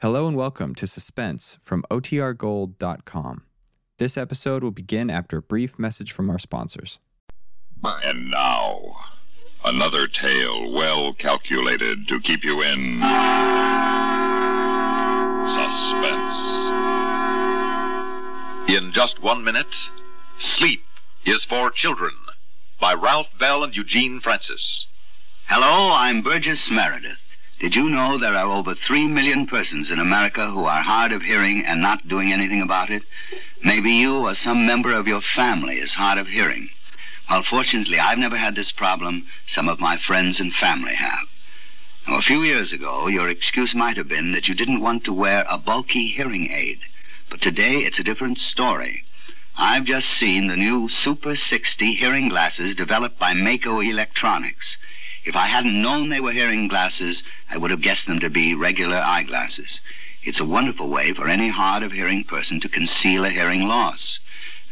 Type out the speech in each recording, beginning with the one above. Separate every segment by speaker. Speaker 1: Hello and welcome to Suspense from OTRGold.com. This episode will begin after a brief message from our sponsors.
Speaker 2: And now, another tale well calculated to keep you in suspense. In just one minute, Sleep is for Children by Ralph Bell and Eugene Francis.
Speaker 3: Hello, I'm Burgess Meredith. Did you know there are over three million persons in America who are hard of hearing and not doing anything about it? Maybe you or some member of your family is hard of hearing. Well, fortunately, I've never had this problem. Some of my friends and family have. Now, a few years ago, your excuse might have been that you didn't want to wear a bulky hearing aid. But today, it's a different story. I've just seen the new Super 60 hearing glasses developed by Mako Electronics. If I hadn't known they were hearing glasses, I would have guessed them to be regular eyeglasses. It's a wonderful way for any hard of hearing person to conceal a hearing loss.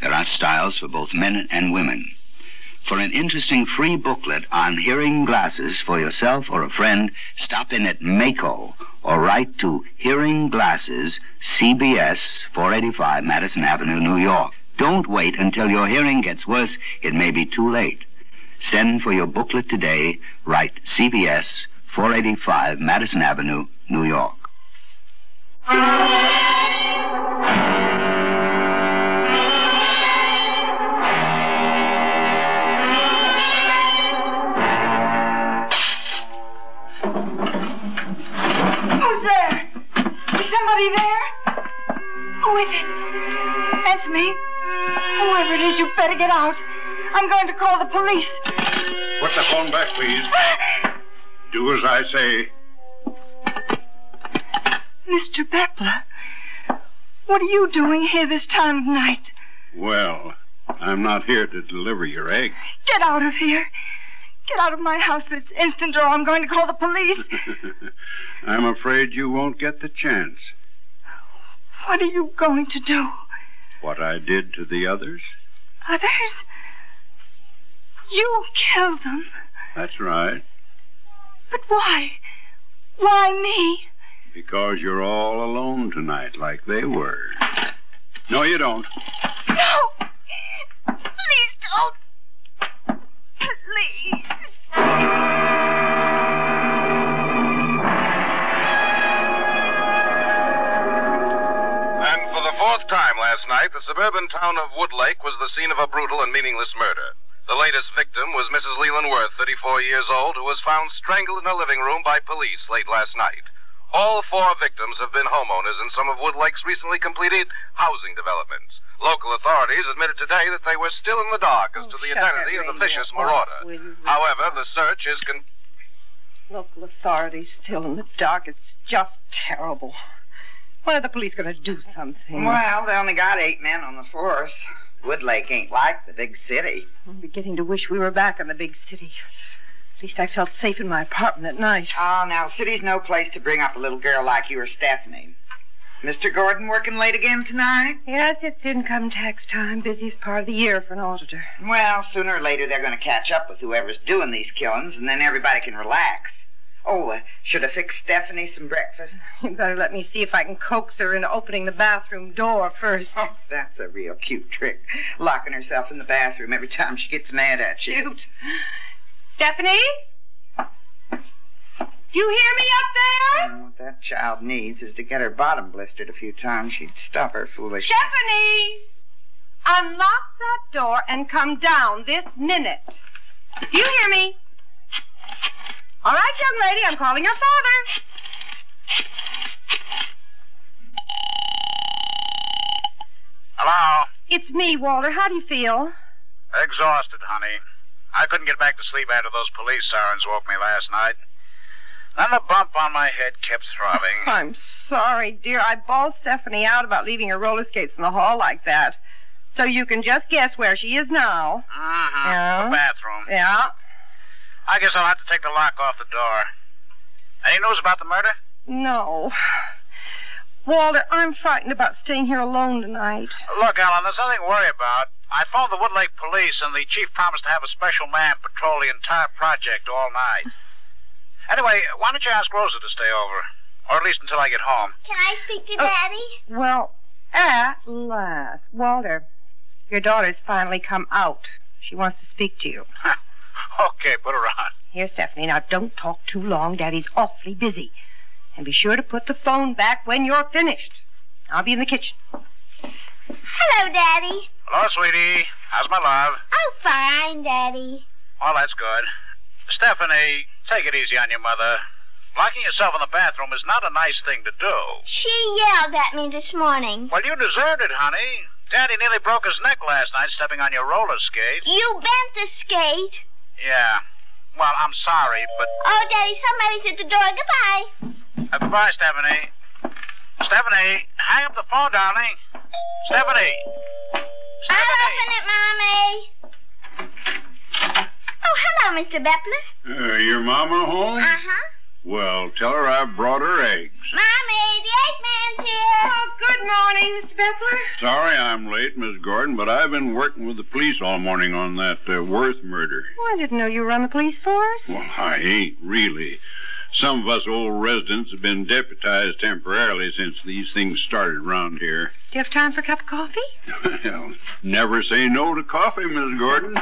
Speaker 3: There are styles for both men and women. For an interesting free booklet on hearing glasses for yourself or a friend, stop in at Mako or write to Hearing Glasses, CBS, 485 Madison Avenue, New York. Don't wait until your hearing gets worse. It may be too late. Send for your booklet today. Write CBS, 485 Madison Avenue, New York.
Speaker 4: Who's Oh, there? Is somebody there? Who is it? That's me. Whoever it is, you better get out. I'm going to call the police.
Speaker 5: Put the phone back, please. Do as I say.
Speaker 4: Mr. Bepler, what are you doing here this time of night?
Speaker 5: Well, I'm not here to deliver your egg.
Speaker 4: Get out of here. Get out of my house this instant, or I'm going to call the police.
Speaker 5: I'm afraid you won't get the chance.
Speaker 4: What are you going to do?
Speaker 5: What I did to the others?
Speaker 4: Others? You killed them.
Speaker 5: That's right,
Speaker 4: But why? Why me?
Speaker 5: because you're all alone tonight, like they were. No, you don't.
Speaker 4: No! Please don't! Please!
Speaker 6: And for the fourth time last night, the suburban town of Woodlake was the scene of a brutal and meaningless murder. The latest victim was Mrs. Leland Worth, 34 years old, who was found strangled in her living room by police late last night. All four victims have been homeowners in some of Woodlake's recently completed housing developments. Local authorities admitted today that they were still in the dark as
Speaker 7: Oh,
Speaker 6: to the
Speaker 7: shut that
Speaker 6: identity of the
Speaker 7: radio
Speaker 6: vicious
Speaker 7: off,
Speaker 6: marauder.
Speaker 7: will you?
Speaker 6: However, the search is con-
Speaker 7: Local authorities still in the dark. It's just terrible. When are the police going to do something?
Speaker 8: Well, they only got eight men on the force. Woodlake ain't like the big city.
Speaker 7: I'm beginning to wish we were back in the big city. At least I felt safe in my apartment at night.
Speaker 8: Oh, now, city's no place to bring up a little girl like you or Stephanie. Mr. Gordon working late again tonight?
Speaker 7: Yes, it's income tax time, busiest part of the year for an auditor.
Speaker 8: Well, sooner or later they're going to catch up with whoever's doing these killings, and then everybody can relax. Oh, uh, should I fix Stephanie some breakfast?
Speaker 7: You better let me see if I can coax her into opening the bathroom door first.
Speaker 8: Oh, that's a real cute trick. Locking herself in the bathroom every time she gets mad at you.
Speaker 7: Shoot. Stephanie? You hear me up there?
Speaker 8: And what that child needs is to get her bottom blistered a few times. She'd stop her foolishness.
Speaker 7: Stephanie! Unlock that door and come down this minute. Do you hear me? All right, young lady, I'm calling your father.
Speaker 6: Hello?
Speaker 7: It's me, Walter. How do you feel?
Speaker 6: Exhausted, honey. I couldn't get back to sleep after those police sirens woke me last night. Then the bump on my head kept throbbing.
Speaker 7: I'm sorry, dear. I bawled Stephanie out about leaving her roller skates in the hall like that. So you can just guess where she is now.
Speaker 6: Mm-hmm.
Speaker 7: Yeah.
Speaker 6: The bathroom.
Speaker 7: Yeah.
Speaker 6: I guess I'll have to take the lock off the door. Any news about the murder?
Speaker 7: No. Walter, I'm frightened about staying here alone tonight.
Speaker 6: Look, Alan, there's nothing to worry about. I phoned the Woodlake police, and the chief promised to have a special man patrol the entire project all night. Anyway, why don't you ask Rosa to stay over? Or at least until I get home.
Speaker 9: Can I speak
Speaker 4: Oh.
Speaker 9: to Daddy?
Speaker 7: Well, at last. Walter, your daughter's finally come out. She wants to speak to you.
Speaker 6: Okay, put her on.
Speaker 7: Here, Stephanie, now don't talk too long. Daddy's awfully busy. And be sure to put the phone back when you're finished. I'll be in the kitchen.
Speaker 9: Hello, Daddy.
Speaker 6: Hello, sweetie. How's my love?
Speaker 9: Oh, fine, Daddy.
Speaker 6: Well, Oh, that's good. Stephanie, take it easy on your mother. Locking yourself in the bathroom is not a nice thing to do.
Speaker 9: She yelled at me this morning.
Speaker 6: Well, you deserved it, honey. Daddy nearly broke his neck last night stepping on your roller skate.
Speaker 9: You bent the skate.
Speaker 6: Yeah. Well, I'm sorry, but.
Speaker 9: Oh, Daddy, somebody's at the door. Goodbye.
Speaker 6: Uh, goodbye, Stephanie. Stephanie, hang up the phone, darling. Stephanie.
Speaker 9: I'll open it, Mommy. Oh, hello, Mr. Bepler.
Speaker 5: Uh, your mama home?
Speaker 9: Uh-huh.
Speaker 5: Well, tell her I brought her eggs.
Speaker 9: Mommy, the egg man's here.
Speaker 7: Oh, good morning, Mr. Bepler.
Speaker 5: Sorry I'm late, Miss Gordon, but I've been working with the police all morning on that uh, Worth murder.
Speaker 7: Oh, I didn't know you run the police force.
Speaker 5: Well, I ain't really. Some of us old residents have been deputized temporarily since these things started round here.
Speaker 7: Do you have time for a cup of coffee?
Speaker 5: Well, never say no to coffee, Miss Gordon.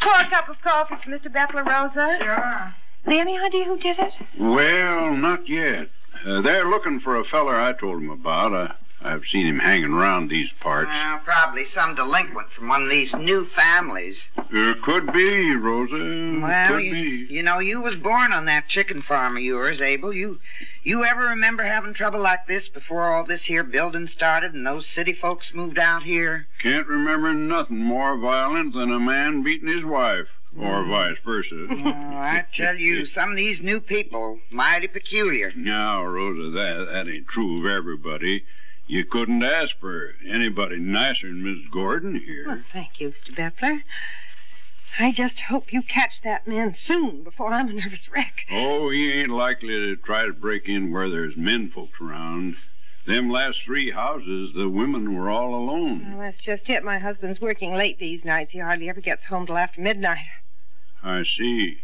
Speaker 7: Pour a cup of coffee for Mr. Bepler, Rosa. Sure. Do you have any idea who did it?
Speaker 5: Well, not yet. Uh, they're looking for a feller I told 'em about. Uh, I've seen him hanging round these parts.
Speaker 8: Well, probably some delinquent from one of these new families.
Speaker 5: Uh, could be, Rosa.
Speaker 8: Well,
Speaker 5: Hmm, could
Speaker 8: you,
Speaker 5: be.
Speaker 8: you know, you was born on that chicken farm of yours, Abel. You, you ever remember having trouble like this before all this here building started and those city folks moved out here?
Speaker 5: Can't remember nothing more violent than a man beating his wife, or
Speaker 8: Mm.
Speaker 5: vice versa.
Speaker 8: Oh, I tell you, some of these new people mighty peculiar.
Speaker 5: Now, Rosa, oh, that, that ain't true of everybody. You couldn't ask for anybody nicer than Miss Gordon
Speaker 7: Well,
Speaker 5: here.
Speaker 7: thank you, Mr. Bepler. I just hope you catch that man soon before I'm a nervous wreck.
Speaker 5: Oh, he ain't likely to try to break in where there's men folks around. Them last three houses, the women were all alone.
Speaker 7: Well, that's just it. My husband's working late these nights. He hardly ever gets home till after midnight.
Speaker 5: I see.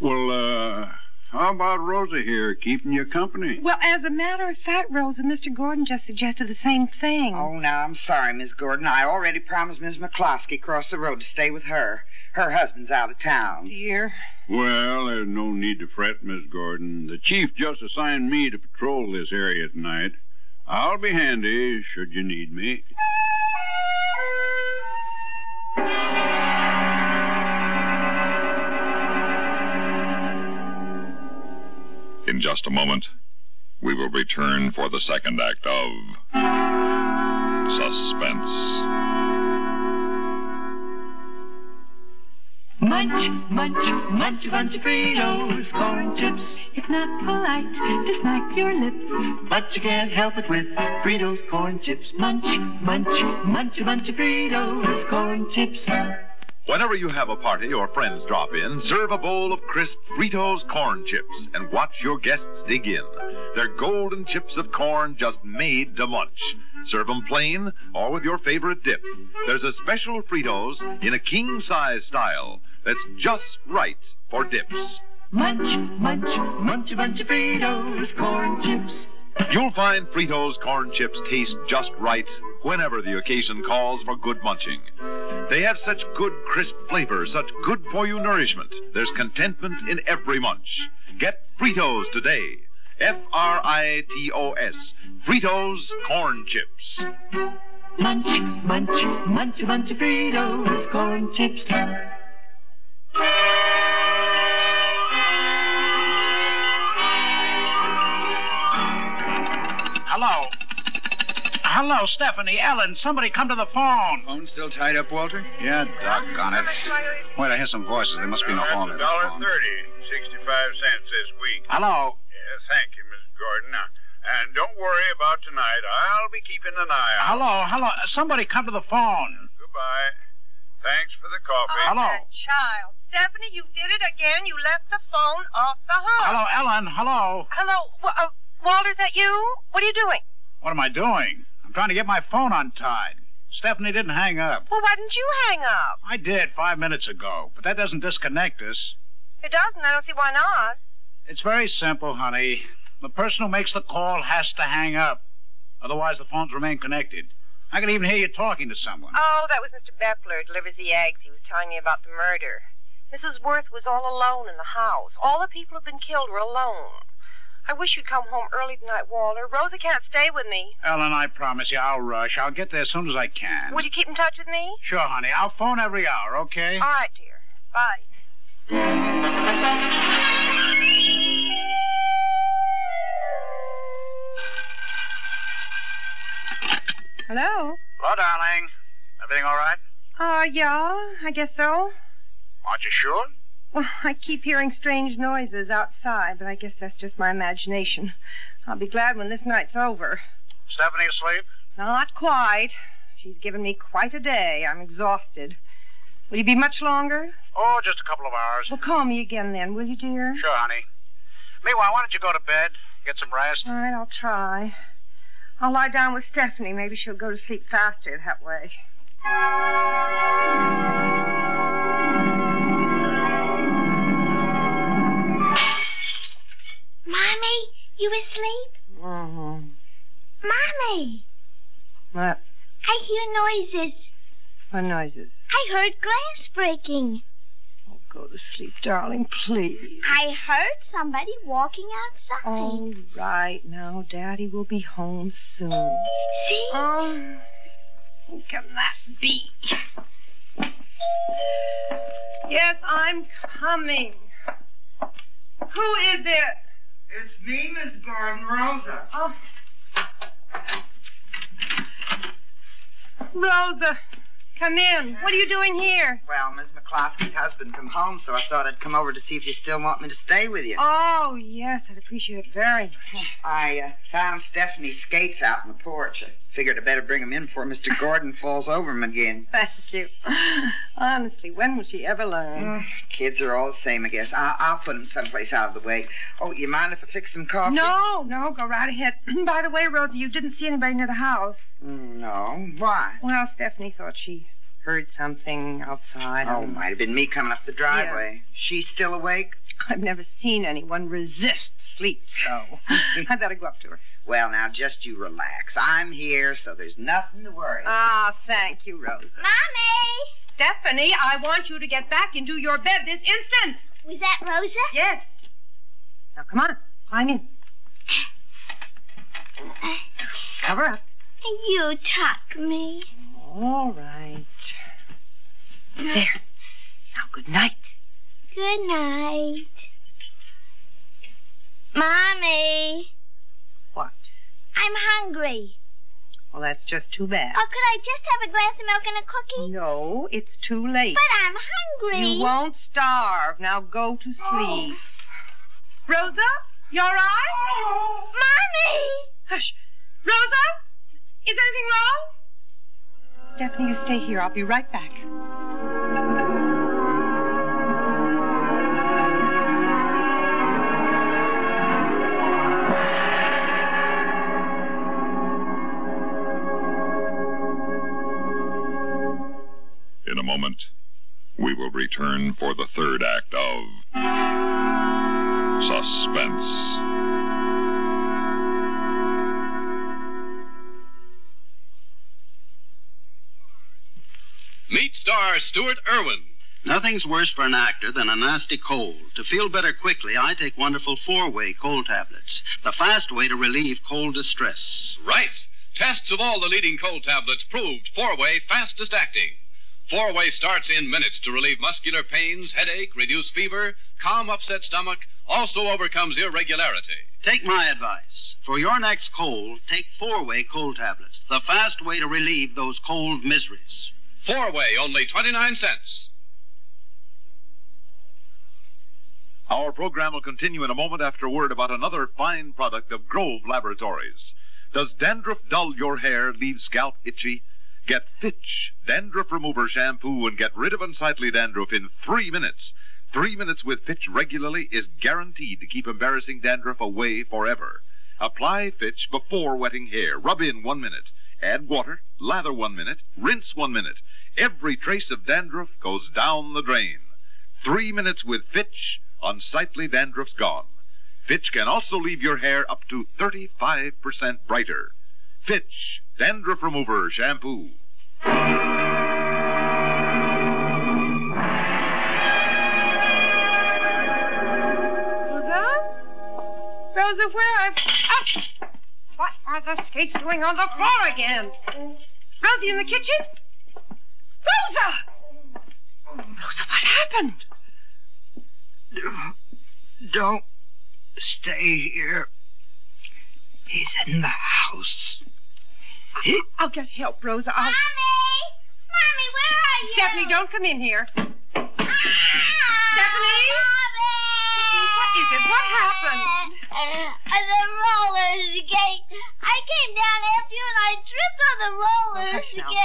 Speaker 5: Well, uh, how about Rosa here keeping you company?
Speaker 7: Well, as a matter of fact, Rosa, Mr. Gordon just suggested the same thing.
Speaker 8: Oh, now, I'm sorry, Miss Gordon. I already promised Miss McCloskey across the road to stay with her. Her husband's out of town.
Speaker 7: dear.
Speaker 5: Well, there's no need to fret, Miss Gordon. The chief just assigned me to patrol this area tonight. I'll be handy should you need me.
Speaker 2: In just a moment, we will return for the second act of Suspense.
Speaker 10: Munch, munch, munch a bunch of Fritos, corn chips. It's not polite to smack your lips, but you can't help it with Fritos, corn chips. Munch, munch, munch a bunch of Fritos, corn chips.
Speaker 2: Whenever you have a party or friends drop in, serve a bowl of crisp Fritos corn chips and watch your guests dig in. They're golden chips of corn just made to munch. Serve 'em plain or with your favorite dip. There's a special Fritos in a king size style that's just right for dips.
Speaker 10: Munch, munch, munch a bunch of Fritos, corn chips.
Speaker 2: You'll find Fritos corn chips taste just right whenever the occasion calls for good munching. They have such good crisp flavor, such good for you nourishment. There's contentment in every munch. Get Fritos today. F R I T O S. Fritos corn chips.
Speaker 10: Munch, munch, munch a bunch of Fritos, corn chips.
Speaker 6: Hello. Hello, Stephanie, Ellen. Somebody come to the phone.
Speaker 11: Phone still tied up, Walter?
Speaker 5: Yeah, doggone it.
Speaker 11: Wait, I hear some voices. There must be no horn at the
Speaker 5: dollar
Speaker 11: phone.
Speaker 5: thirty, sixty-five cents this week.
Speaker 11: Hello?
Speaker 5: Yes, thank you, Miss Gordon. Uh, and don't worry about tonight. I'll be keeping an eye out.
Speaker 6: Hello, hello. Somebody come to the phone.
Speaker 5: Goodbye. Thanks for the coffee.
Speaker 6: Hello.
Speaker 7: Oh, Child. Stephanie, you did it again. You left the phone off the hook.
Speaker 6: Hello, Ellen. Hello.
Speaker 7: Hello. Wa- uh, Walter, is that you? What are you doing?
Speaker 6: What am I doing? I'm trying to get my phone untied. Stephanie didn't hang up.
Speaker 7: Well, why didn't you hang up?
Speaker 6: I did five minutes ago, but that doesn't disconnect us.
Speaker 7: It doesn't. I don't see why not.
Speaker 6: It's very simple, honey. The person who makes the call has to hang up. Otherwise, the phones remain connected. I can even hear you talking to someone.
Speaker 7: Oh, that was Mr. Bepler delivers the eggs. He was telling me about the murder. Mrs. Worth was all alone in the house. All the people who've been killed were alone. I wish you'd come home early tonight, Walter. Rosa can't stay with me.
Speaker 6: Ellen, I promise you, I'll rush. I'll get there as soon as I can.
Speaker 7: Will you keep in touch with me?
Speaker 6: Sure, honey. I'll phone every hour, okay?
Speaker 7: All right, dear. Bye. Hello?
Speaker 12: Hello, darling. Everything all right?
Speaker 7: Uh, yeah, I guess so.
Speaker 12: Aren't you sure?
Speaker 7: Well, I keep hearing strange noises outside, but I guess that's just my imagination. I'll be glad when this night's over.
Speaker 12: Stephanie asleep?
Speaker 7: Not quite. She's given me quite a day. I'm exhausted. Will you be much longer?
Speaker 12: Oh, just a couple of hours.
Speaker 7: Well, call me again then, will you, dear?
Speaker 12: Sure, honey. Meanwhile, why don't you go to bed? Get some rest?
Speaker 7: All right, I'll try. I'll lie down with Stephanie. Maybe she'll go to sleep faster that way.
Speaker 9: Mommy, you asleep?
Speaker 7: Mm-hmm.
Speaker 9: Mommy,
Speaker 7: What?
Speaker 9: I hear noises.
Speaker 7: What noises?
Speaker 9: I heard glass breaking.
Speaker 7: Oh, go to sleep, darling, please.
Speaker 9: I heard somebody walking outside.
Speaker 7: All right now, Daddy will be home soon. See? Oh, who can that be? Yes, I'm coming. Who is it?
Speaker 8: It's me, Miss Gordon Rosa.
Speaker 7: Oh. Rosa, come in. What are you doing here?
Speaker 8: Well, Miss McCloskey's husband come home, so I thought I'd come over to see if you still want me to stay with you.
Speaker 7: Oh, yes, I'd appreciate it very much.
Speaker 8: I uh, found Stephanie's skates out in the porch. I figured I better bring 'em in before Mr. Gordon falls over 'em again.
Speaker 7: Thank you. Honestly, when will she ever
Speaker 8: Mm.
Speaker 7: learn?
Speaker 8: Kids are all the same, I guess. I- I'll put 'em someplace out of the way. Oh, you mind if I fix some coffee?
Speaker 7: No, no, go right ahead. By the way, Rosa, you didn't see anybody near the house.
Speaker 8: Mm, No. Why?
Speaker 7: Well, Stephanie thought she heard something outside.
Speaker 8: Oh, might have been me coming up the driveway. She's still awake?
Speaker 7: I've never seen anyone resist sleep so.
Speaker 8: Oh.
Speaker 7: I better go up to her.
Speaker 8: Well, now, just you relax. I'm here, so there's nothing to worry.
Speaker 7: Ah, thank you, Rosa.
Speaker 9: Mommy!
Speaker 13: Stephanie, I want you to get back into your bed this instant.
Speaker 9: Was that Rosa?
Speaker 13: Yes.
Speaker 7: Now, come on, climb in. Cover up.
Speaker 9: Uh, You tuck me.
Speaker 7: All right. There. Now, good night.
Speaker 9: Good night. Mommy.
Speaker 7: What?
Speaker 9: I'm hungry.
Speaker 7: Well, that's just too bad.
Speaker 9: Oh, could I just have a glass of milk and a cookie?
Speaker 7: No, it's too late.
Speaker 9: But I'm hungry.
Speaker 7: You won't starve. Now go to sleep.
Speaker 13: Rosa, you all right?
Speaker 7: Oh.
Speaker 9: Mommy!
Speaker 13: Hush. Rosa, is anything wrong?
Speaker 7: Stephanie, you stay here. I'll be right back.
Speaker 14: In a moment, we will return for the third act of Suspense.
Speaker 15: Meet star Stuart Irwin.
Speaker 16: Nothing's worse for an actor than a nasty cold. To feel better quickly, I take wonderful four way cold tablets, the fast way to relieve cold distress.
Speaker 15: Right. Tests of all the leading cold tablets proved four way fastest acting. Four way starts in minutes to relieve muscular pains, headache, reduce fever, calm upset stomach, also overcomes irregularity.
Speaker 16: Take my advice. For your next cold, take four way cold tablets, the fast way to relieve those cold miseries.
Speaker 15: Four way, only 29 cents.
Speaker 2: Our program will continue in a moment after a word about another fine product of Grove Laboratories. Does dandruff dull your hair, leave scalp itchy? Get Fitch Dandruff Remover Shampoo and get rid of unsightly dandruff in three minutes. Three minutes with Fitch regularly is guaranteed to keep embarrassing dandruff away forever. Apply Fitch before wetting hair. Rub in one minute. Add water, lather one minute, rinse one minute. Every trace of dandruff goes down the drain. Three minutes with Fitch, unsightly dandruff's gone. Fitch can also leave your hair up to 35% brighter. Fitch, dandruff remover shampoo.
Speaker 7: Rosa? Rosa, where are. Oh! What are the skates doing on the floor again? Rosie in the kitchen? Rosa! Rosa, what happened?
Speaker 8: Don't stay here. He's in the house.
Speaker 7: I'll get help, Rosa. I'll...
Speaker 9: Mommy, where are you?
Speaker 7: Stephanie, don't come in here. Stephanie? What is it? What happened?
Speaker 9: Uh, the roller skate. I came down after you and I tripped on the roller
Speaker 7: Hush
Speaker 9: skate.
Speaker 7: now, hush now,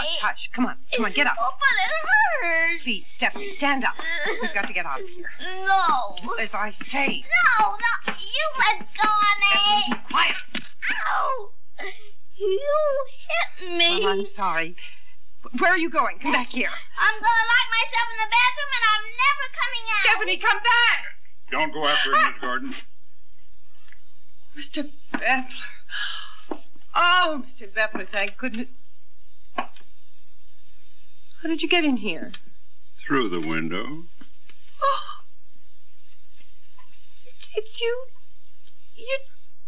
Speaker 7: hush, hush. Come on, come on, get up.
Speaker 9: Oh, but it hurts.
Speaker 7: Please, Stephanie, stand up. We've got to get out of here.
Speaker 9: No.
Speaker 7: As I say.
Speaker 9: No, no. You let go of me.
Speaker 7: Be quiet.
Speaker 9: Ow. You hit me.
Speaker 7: Well, I'm sorry. Where are you going? Come back here.
Speaker 9: I'm going to lock myself in the bathroom and I'm never coming out.
Speaker 7: Stephanie, come back.
Speaker 5: Don't go after him, Miss Gordon.
Speaker 7: Mr. Bepler. Oh, Mr. Bepler, thank goodness. How did you get in here?
Speaker 5: Through the window.
Speaker 7: Oh. Did you? You.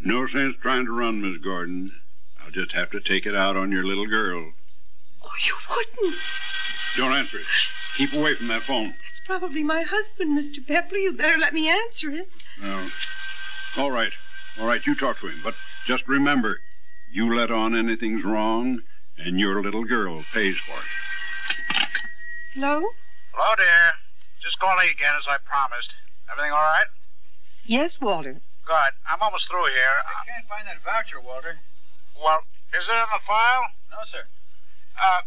Speaker 5: No sense trying to run, Miss Gordon. I'll just have to take it out on your little girl.
Speaker 7: Oh, you wouldn't.
Speaker 5: Don't answer it. Keep away from that phone.
Speaker 7: It's probably my husband, Mr. Pepler. You better let me answer it.
Speaker 5: No. All right. All right, you talk to him. But just remember, you let on anything's wrong, and your little girl pays for it.
Speaker 7: Hello?
Speaker 17: Hello, dear. Just calling again as I promised. Everything all right?
Speaker 7: Yes, Walter.
Speaker 17: Good. I'm almost through here. I can't find that voucher, Walter. Well, is it in the file? No, sir. Uh,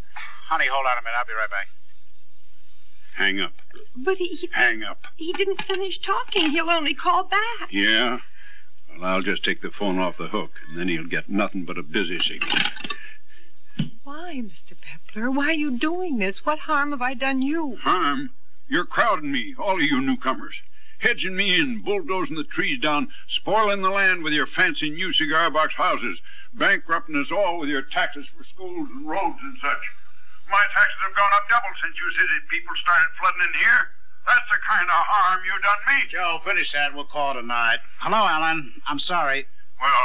Speaker 17: honey, hold on a minute. I'll be right back.
Speaker 5: Hang up.
Speaker 7: But he, he
Speaker 5: Hang up.
Speaker 7: he didn't finish talking. He'll only call back.
Speaker 5: Yeah? Well, I'll just take the phone off the hook, and then he'll get nothing but a busy signal.
Speaker 7: Why, Mr. Pepler? Why are you doing this? What harm have I done you?
Speaker 5: Harm? You're crowding me, all of you newcomers. Hedging me in, bulldozing the trees down, spoiling the land with your fancy new cigar box houses, bankrupting us all with your taxes for schools and roads and such.
Speaker 18: My taxes have gone up double since you city people started flooding in here. That's the kind of harm you done me.
Speaker 17: Joe, finish that. We'll call tonight. Hello, Alan. I'm sorry.
Speaker 18: Well,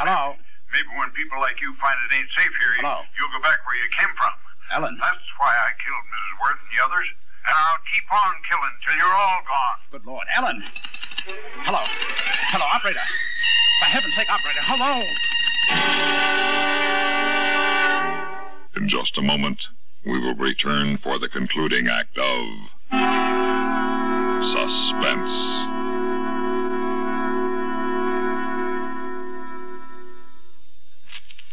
Speaker 17: Hello.
Speaker 18: maybe when people like you find it ain't safe here, you,
Speaker 17: Hello.
Speaker 18: you'll go back where you came from.
Speaker 17: Ellen.
Speaker 18: That's why I killed Mrs. Worth and the others, and I'll keep on killing till you're all gone.
Speaker 17: Good Lord. Ellen. Hello. Hello, operator. For heaven's sake, operator. Hello.
Speaker 14: In just a moment, we will return for the concluding act of Suspense.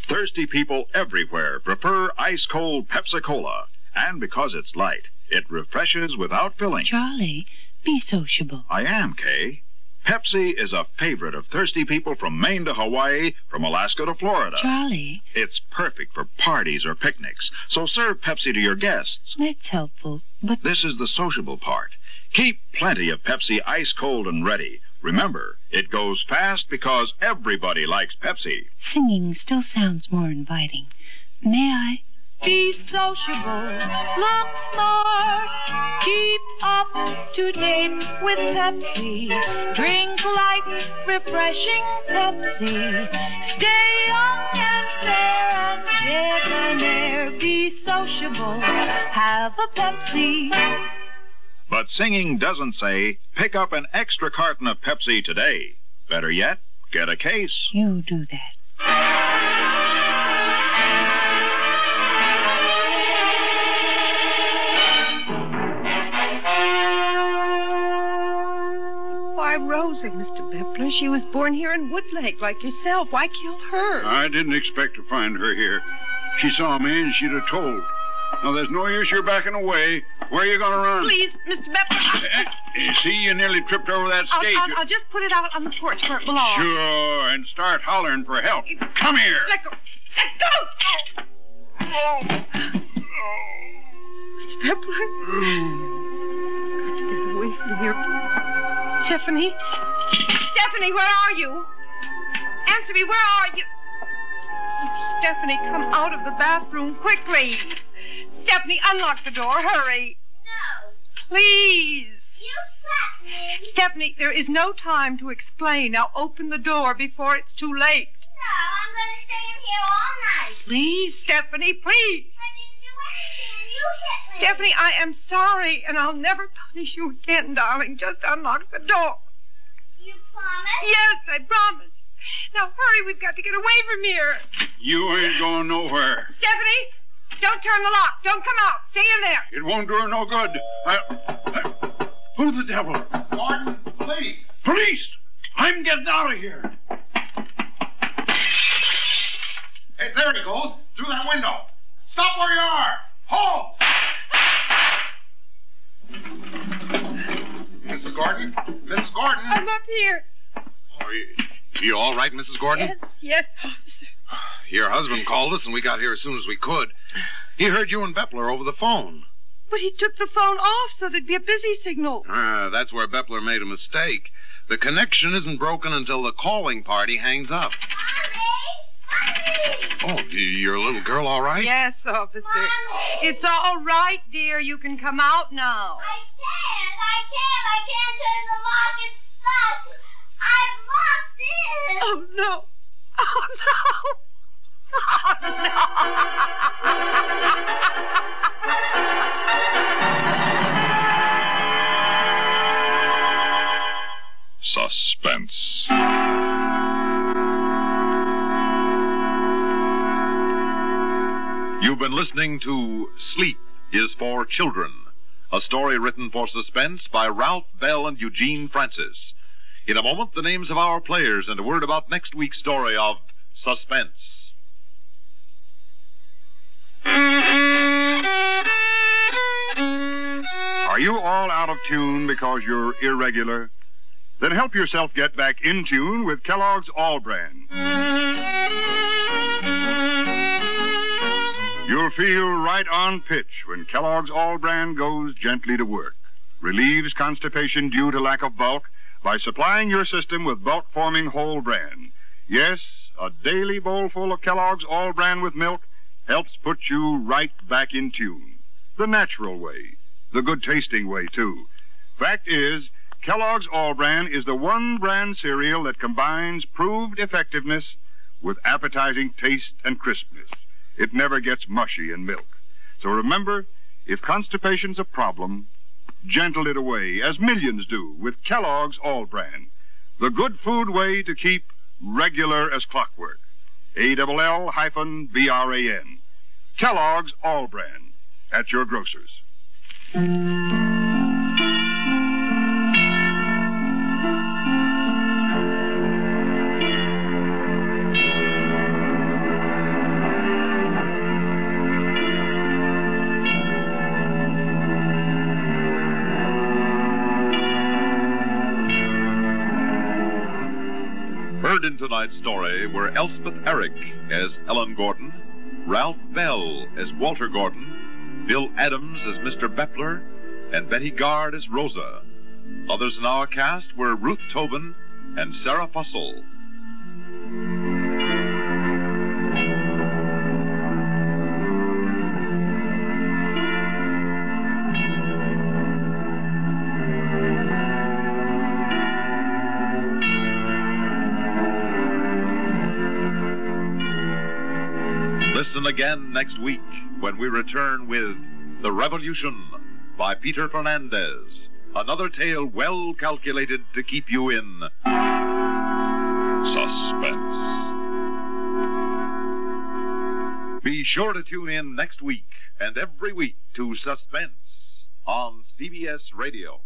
Speaker 19: Thirsty people everywhere prefer ice cold Pepsi Cola. And because it's light, it refreshes without filling.
Speaker 20: Charlie, be sociable.
Speaker 19: I am, Kay. Pepsi is a favorite of thirsty people from Maine to Hawaii, from Alaska to Florida.
Speaker 20: Charlie,
Speaker 19: It's perfect for parties or picnics, so serve Pepsi to your guests.
Speaker 20: that's helpful. But
Speaker 19: This is the sociable part. Keep plenty of Pepsi ice cold and ready. Remember, it goes fast because everybody likes Pepsi.
Speaker 20: singing still sounds more inviting. May I?
Speaker 10: Be sociable, look smart, keep up to date with Pepsi. Drink light, refreshing Pepsi. Stay young and fair and debonair. Be sociable, have a Pepsi.
Speaker 19: But singing doesn't say, pick up an extra carton of Pepsi today. Better yet, get a case.
Speaker 20: You do that.
Speaker 7: Why, Rosa, Mr. Bepler? She was born here in Woodlake, like yourself. Why kill her?
Speaker 5: I didn't expect to find her here. She saw me, and she'd have told. Now, there's no use your backing away. Where are you going to run?
Speaker 7: Please, Mr. Bepler.
Speaker 5: Eh, See, you nearly tripped over that
Speaker 7: I'll,
Speaker 5: skate.
Speaker 7: I'll, I'll just put it out on the porch where it belongs.
Speaker 5: Sure, and start hollering for help. Come here.
Speaker 7: Let go. Let go.
Speaker 5: Oh.
Speaker 7: Mr. Pepler. Got to get away from here. Stephanie, Stephanie, where are you? Answer me, where are you? Stephanie, come out of the bathroom quickly. Stephanie, unlock the door. Hurry. No. Please. You, Stephanie. Stephanie, there is no time to explain. Now open the door before it's too late.
Speaker 9: No, I'm going to stay in here all night.
Speaker 7: Please, Stephanie, please.
Speaker 9: You hit me.
Speaker 7: Stephanie, I am sorry, and I'll never punish you again, darling. Just unlock the door.
Speaker 9: You promise?
Speaker 7: Yes, I promise. Now hurry, we've got to get away from here.
Speaker 5: You ain't going nowhere.
Speaker 7: Stephanie, don't turn the lock. Don't come out. Stay in there.
Speaker 5: It won't do her no good. I, I- who the devil? Martin, police. Police! I'm getting out of here.
Speaker 17: Hey, there he goes. Through that window. Stop where you are. Hold!
Speaker 6: Mrs. Gordon?
Speaker 17: Mrs. Gordon.
Speaker 7: I'm up here.
Speaker 6: Are you, you all right, Mrs. Gordon?
Speaker 7: Yes.
Speaker 6: Your husband called us, and we got here as soon as we could. He heard you and Bepler over the phone.
Speaker 7: But he took the phone off so there'd be a busy signal.
Speaker 6: Ah, that's where Bepler made a mistake. The connection isn't broken until the calling party hangs up. Oh, y- your little girl all right?
Speaker 7: Yes, officer. It's all right, dear. You can come out now.
Speaker 9: can't. I can't. I can't turn
Speaker 7: Oh,
Speaker 9: the lock. It's stuck. I've locked it.
Speaker 7: no. Oh, no. Oh,
Speaker 14: Suspense.
Speaker 2: You've been listening to Sleep is for Children, a story written for suspense by Ralph Bell and Eugene Francis. In a moment, the names of our players and a word about next week's story of Suspense.
Speaker 21: Are you all out of tune because you're irregular? Then help yourself get back in tune with Kellogg's All Brand. You'll feel right on pitch when Kellogg's All Brand goes gently to work. Relieves constipation due to lack of bulk by supplying your system with bulk forming whole bran. Yes, a daily bowlful of Kellogg's All Bran with milk helps put you right back in tune. The natural way, the good tasting way, too. Fact is, Kellogg's All Bran is the one brand cereal that combines proved effectiveness with appetizing taste and crispness. It never gets mushy in milk. So remember, if constipation's a problem, gentle it away, as millions do with Kellogg's All Bran, the good food way to keep regular as clockwork. A double L hyphen B R A N. Kellogg's All Brand at your grocer's.
Speaker 2: Heard in tonight's story were Elspeth Eric as Ellen Gordon, Ralph Bell as Walter Gordon, Bill Adams as Mr. Bepler, and Betty Guard as Rosa. Others in our cast were Ruth Tobin and Sarah Fussell. Listen again next week when we return with The Revolution by Peter Fernandez. Another tale well calculated to keep you in suspense. Be sure to tune in next week and every week to Suspense on CBS Radio.